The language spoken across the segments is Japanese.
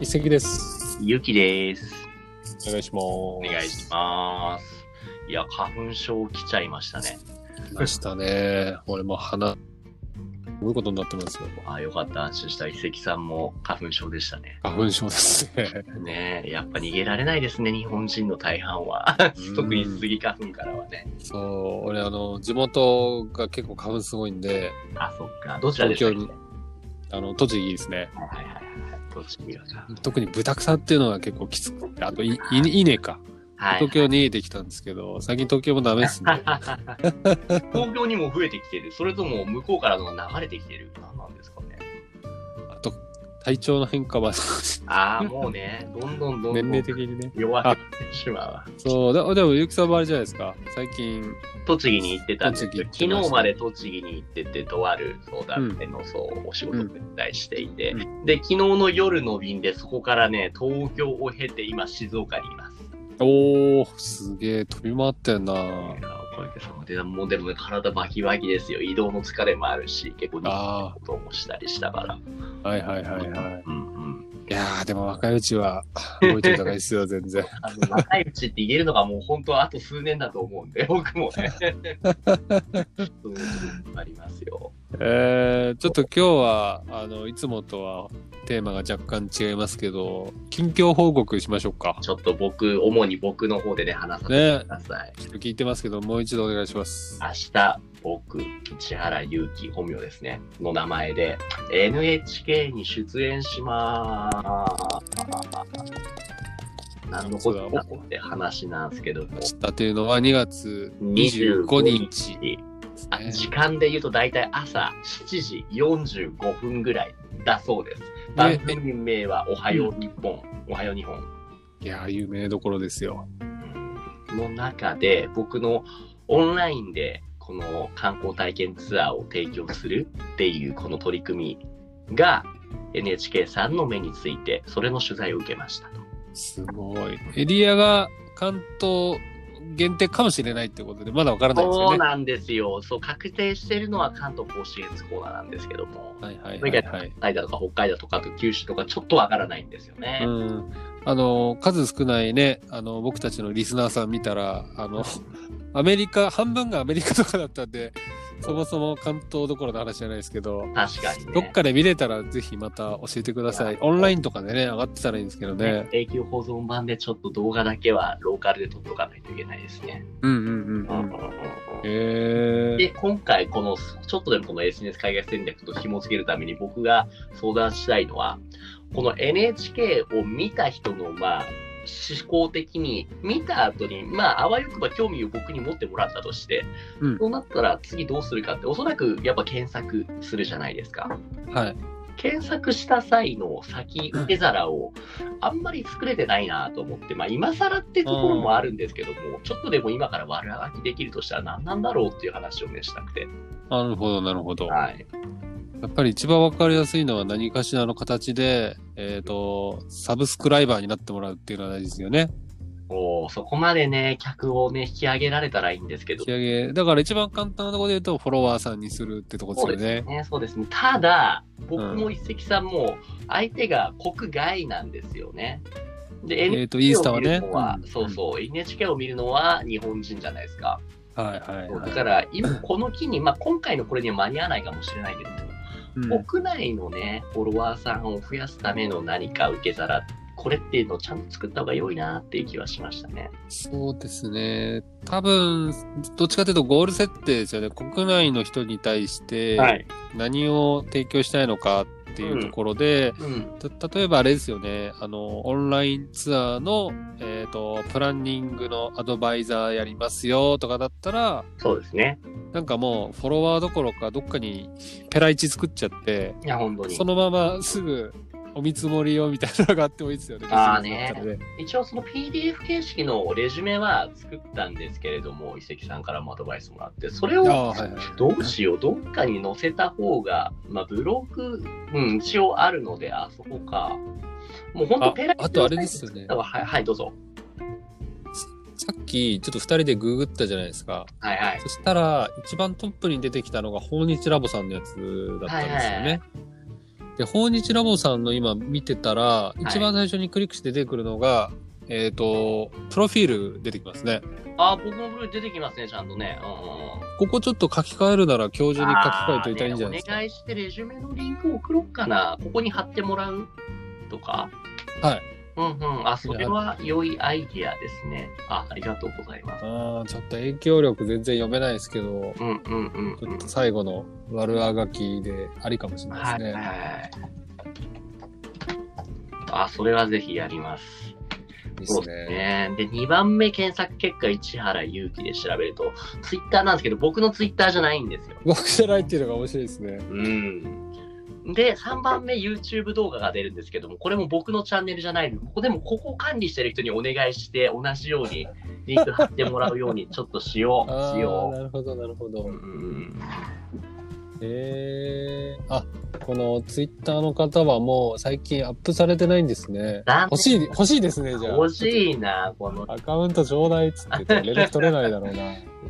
一石です。ゆきです。お願いします。おお願いします。いや、花粉症来ちゃいましたね。す。ましたね。俺も鼻、すごいことになってますよ。あよかった。安心した。一石さんも花粉症でしたね。花粉症ですね。ねえ、やっぱ逃げられないですね、日本人の大半は。 うん特に杉花粉からはね。そう、俺あの、地元が結構花粉すごいんで、あ、そっか。どちらでしたっけ東あの、栃木ですね。はいはいはいはい。栃木がか。特にブタクサっていうのが結構きつくて、あとい、い、いねか。はい東。京にできたんですけど、最近東京もダメですね。東京にも増えてきてる。それとも向こうからのが流れてきてる。何なんですかね。あと、体調の変化は、ああ、もうね、どんどんどんど年ん齢的にね。弱くなってしまうわ。そう、ででも、ゆきさんもあれじゃないですか。最近、栃木に行ってたんですけど、栃木行ってました昨日まで栃木に行ってて、とある相談店のそうお仕事を手伝いしていて、うで、昨日の夜の便で、そこからね、東京を経て、今、静岡にいます。おー、すげえ、飛び回ってんな。いやおかげさまで、もうでもね体バキバキですよ。移動の疲れもあるし、結構日々のこともしたりしたから。はいはいはいはい。うんうん。いやー、でも若いうちは動いていた方がいいですよ、全然。あの、若いうちって言えるのがもう本当あと数年だと思うんで、 僕も ね。そういうことありますよ。 えー、ちょっと今日は、あの、いつもとはテーマが若干違いますけど、近況報告しましょうか。ちょっと僕、主に僕の方でね、話させてねく、ださい。聞いてますけど、もう一度お願いします。明日、僕、市原祐希、本名ですね、の名前で、NHK に出演しまーす。何のことだろうって話なんですけども、明日というのは2月25日ですあね。時間で言うと大体朝7時45分ぐらいだそうです。番組名はおはよう日本、おはよう日本。いやー、有名どころですよ。の中で僕のオンラインでこの観光体験ツアーを提供するっていうこの取り組みが NHK さんの目についてそれの取材を受けましたと。すごい。エリアが関東限定かもしれないってことで、まだわからないですそようね。なんですよ。そう確定してるのは関東甲信越コーナーなんですけども、はいはいそはれい、以はい外。北海道とか北海道とかあと九州とかちょっとわからないんですよね。うん、あの数少ないねあの僕たちのリスナーさん見たらあのアメリカ半分がアメリカとかだったんでそもそも関東どころの話じゃないですけど、確かにね。どっかで見れたらぜひまた教えてくださいオンラインとかでね上がってたらいいんですけどねね永久保存版でちょっと動画だけはローカルで撮っとかないといけないですね。うんうんうんうんえで、今回、この、ちょっとでもこの SNS 海外戦略と紐付けるために僕が相談したいのは、この NHK を見た人の、まあ、思考的に、見た後に、まあ、あわよくば興味を僕に持ってもらったとして、うんそうなったら次どうするかって、おそらくやっぱ検索するじゃないですか。ー、はい検索した際の先受け皿をあんまり作れてないなと思って、まあ、今更ってところもあるんですけども、ちょっとでも今から悪あがきできるとしたら何なんだろうっていう話をねしたくて、なるほどなるほどやはい、っぱり一番わかりやすいのは何かしらの形でえっ、とサブスクライバーになってもらうっていうのは大事ですよねもうそこまでね客をね引き上げられたらいいんですけど引き上げだから一番簡単なところで言うとフォロワーさんにするってとこですよねね、そうですねただ僕も一石さんも相手が国外なんですよね。でえっ、と、イン NHK スタをは見るね。のは、そうそう NHK を見るのは日本人じゃないですか。うん。はいはいそうはだい。から今この機に、まあ、今回のこれには間に合わないかもしれないけれども、うん国内のねフォロワーさんを増やすための何か受け皿これっていうのをちゃんと作った方が良いなっていう気はしましたね。そうですね。多分、どっちかというとゴール設定ですよね。国内の人に対して、い、何を提供したいのかっていうところで、うんた例えばあれですよね。あの、オンラインツアーの、えっ、と、プランニングのアドバイザーやりますよとかだったら、そうですね。なんかもうフォロワーどころかどっかにペライチ作っちゃって、いや本当にそのまますぐお見積もりをみたいなのがあってもいいですよね。あーねビジネスだったら一応その PDF 形式のレジュメは作ったんですけれども一石さんからもアドバイスもらってそれあをーはいはいどうしようどっかに載せた方が、まあ、ブログ、うん、一応あるのであそこかもう本当あペラあとあれですよねはい、はい、どうぞさっきちょっと2人でググったじゃないですかはいはいそしたら一番トップに出てきたのが訪日ラボさんのやつだったんですよね、で、訪日ラボさんの今見てたら、一番最初にクリックして出てくるのが、えっ、と、プロフィール出てきますね。あ、僕も出てきますね、ちゃんとね。うんうんうん。ここちょっと書き換えるなら今日中に書き換えといたらいいんじゃないですあーか。ねお願いしてレジュメのリンク送ろうかな。ここに貼ってもらうとか。はい。うんうん。あ、それは良いアイディアですね。あ、ありがとうございます。あーちょっと影響力全然読めないですけど、うんうんうんちうょっん。と最後の悪あがきでありかもしれなはいいではすいはね。い。あ、それはぜひやります。でそうすですね。ね。で、2番目検索結果、市原祐希で調べると、ツイッターなんですけど、僕のツイッターじゃないんですよ。僕じゃないっていうのが面白いですね。うん。で、3番目、YouTube 動画が出るんですけども、これも僕のチャンネルじゃないので、ここでもここを管理してる人にお願いして、同じようにリンク貼ってもらうよう に、ちょっとしよう、あしあ、よなるほど、なるほう。うどん。うんえー、あ、このツイッターの方はもう最近アップされてないんですね。うん、欲しい、欲しいですね、じゃあ。欲しいな、このアカウントちょうだいっつ って連絡取れないだろうな。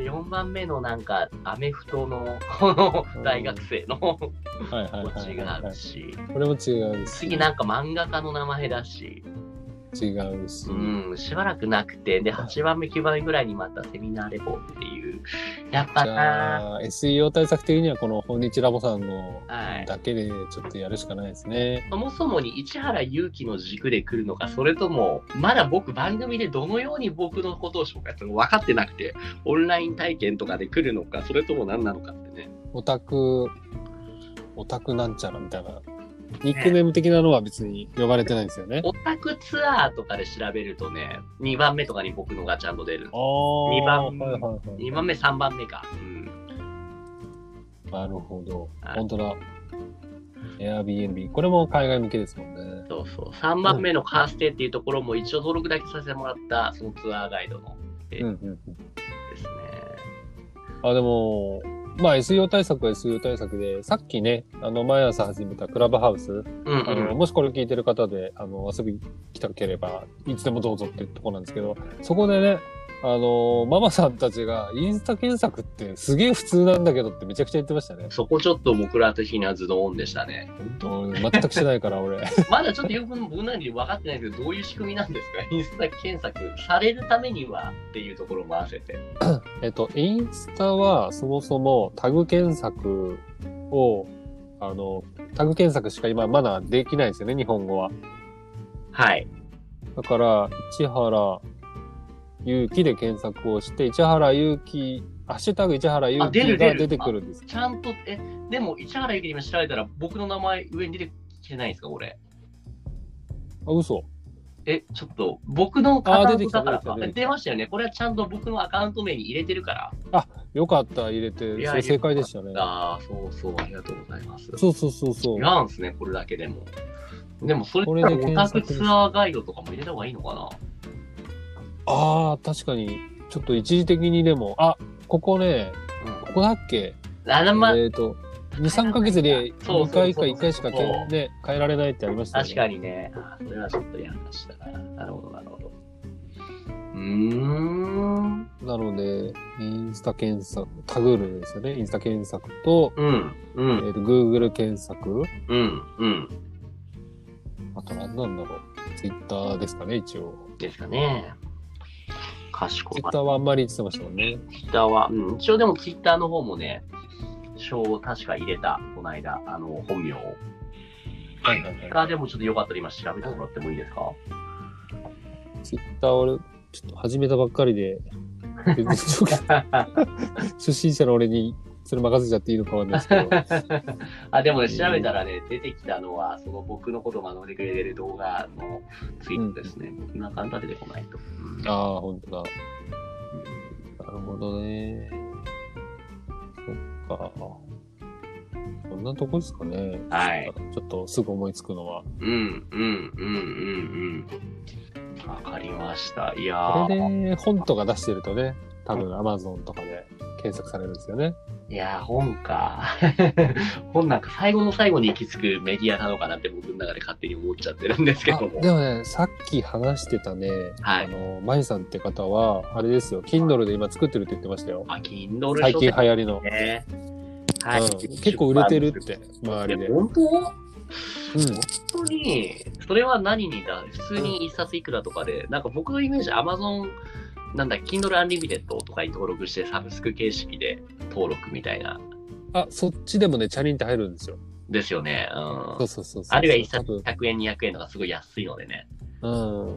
4番目のなんか、アメフトのこの大学生のはいはいこっはいちはがあい、はるい。し、これも違うし。次なんか漫画家の名前だし、違うし。うん、しばらくなくて、で、8番目、9番目ぐらいにまたセミナーレポっていう、やっぱじなゃあ SEO 対策的にはこの訪日ラボさんのはいだけでちょっとやるしかないですね。そもそもに市原勇気の軸で来るのか、それとも、まだ僕、番組でどのように僕のことを紹介するのか分かってなくて、オンライン体験とかで来るのか、それとも何なのかってね。オタク、オタクなんちゃらみたいな。ニックネーム的なのは別に呼ばれてないんですよね。オタクツアーとかで調べるとね、2番目とかに僕のがちゃんと出るあ。ー二番はいはいはい2番目、3番目か。うん。なるほど。はい本当だ。Airbnb。これも海外向けですもんね。そうそう。3番目のカーステイっていうところも一応登録だけさせてもらった、そのツアーガイドのうんうんうん。ですね。あ、でも、まあ SEO 対策は SEO 対策で、さっきね、あの、毎朝始めたクラブハウス、うんあのうん。もしこれ聞いてる方で、あの、遊びに来たければ、いつでもどうぞってとこなんですけど、そこでね、あの、ママさんたちが、インスタ検索ってすげえ普通なんだけどってめちゃくちゃ言ってましたね。そこちょっと僕ら的にはズドーンでしたね。俺全くしてないから、俺。 まだちょっとよく僕なりに分かってないけど、どういう仕組みなんですか インスタ検索されるためにはっていうところも合わせて。えっと、インスタはそもそもタグ検索を、あの、タグ検索しか今まだできないですよね、日本語は。はい。だから、市原勇気で検索をして、市原勇気、ハッシュタグ市原勇あ出気る出がる出てくるんです。ちゃんと、え、でも、市原由紀で今調べたら、僕の名前上に出てきてないんですか俺。あ、嘘。え、ちょっと、僕のアカウントだからあ出てきた出てかきた出えてきた出ましたよね。これはちゃんと僕のアカウント名に入れてるから。よかった、入れて、そいやれ正解でしたね。ああ、そうそう、ありがとうございます。そうそうそうそう違。うんですね、これだけでも。でも、それこっれたらでオ検タ索クですツアーガイドとかも入れた方がいいのかなああ、確かに、ちょっと一時的にでも、あ、ここね、ここだっけうん。あらま、えっ、と、2、3ヶ月でそうそうそう2回か1回しかけそうんね、変えられないってありましたよね。確かにね。あーそれはちょっと嫌な話だな。なるほど、なるほど。うーん。なので、インスタ検索、タグルですよね。インスタ検索と、うん、うえっ、ん、と、Google 検索。うん、うん。あと何なんだろう。Twitter ですかね、一応。ですかね。賢い。 Twitter はあんまり言ってましたもんね。ツイッターは、うん、一応でもツイッターの方もね、賞を確か入れた、この間、あの、本名を。はいはいはいが、でもちょっとよかったら今調べてもらってもいいですか Twitter 俺、ちょっと始めたばっかり で、全然初期初心者の俺にそれ任せちゃっていいのかわかんないですけど。あ、でもね、調べたらね、出てきたのは、その僕のことを学んでくれてる動画のツイートですね。なかなか出てこないと。うんああ、ほんとだ。なるほどね。そっか。そんなとこですかね。はい。ちょっとすぐ思いつくのは。うんうんうんうんうん。わかりました。いやこれー、で本とか出してるとね、多分 Amazon とかで検索されるんですよね。いやー本か。 本なんか最後の最後に行き着くメディアなのかなって僕の中で勝手に思っちゃってるんですけあども。でもね、さっき話してたね、はいあの、まゆさんって方は、あれですよ、Kindle で今作ってるって言ってましたよ。あ、Kindle 最近流書行りの。籍ね。うん結構売れてるって、周りえで。本当うん。本当に、それは何にだ普通に一冊いくらとかで、なんか僕のイメージ、Amazon、なんだ、Kindle Unlimited とかに登録して、サブスク形式で登録みたいな、あ、そっちでもね、チャリンって入るんですよ。ですよね。う。そうんそうそうそう。あるいは一多冊分100円、200円とかすごい安いのでね。う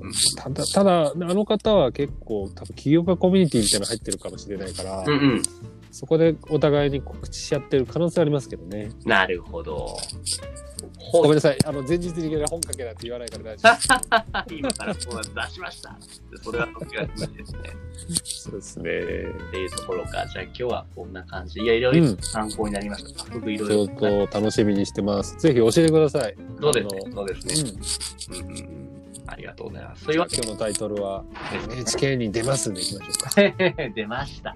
ん。ただ、ただ、あの方は結構、多分企業家コミュニティみたいなの入ってるかもしれないから、うんうん。そこでお互いに告知し合ってる可能性ありますけどね。なるほど。ほごめんうなさい。あの、前日にいきなり本書けなんて言わないから大 丈夫です。今からこう出しました。それは僕が無理ですね。そうですね。っていうところか。じゃあ今日はこんな感じ。いや、いろいうろん。参考になりました。早速いろちいょろっ。と楽しみにしてます。ぜひ教えてください。そうですね。そうですね。うん。うんうんうんありがとうございます。という今わけ日のタイトルは、で NHK に出ますんでいきましょうか。 出ました。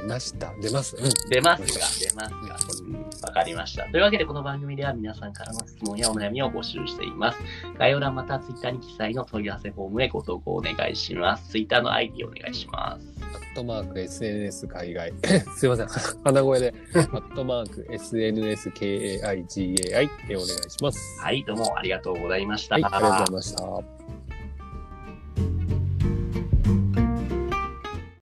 出ました。出ます。うん。出ますが、出ますが、うんわかりました。というわけで、この番組では皆さんからの質問やお悩みを募集しています。概要欄または Twitter に記載の問い合わせフォームへご投稿お願いします。Twitter の ID お願いします。アットマーク SNS 海外。 すいません。鼻声で。アットマーク SNSKAIGAI でお願いします。はい、どうもありがとうございました。はい、ありがとうございました。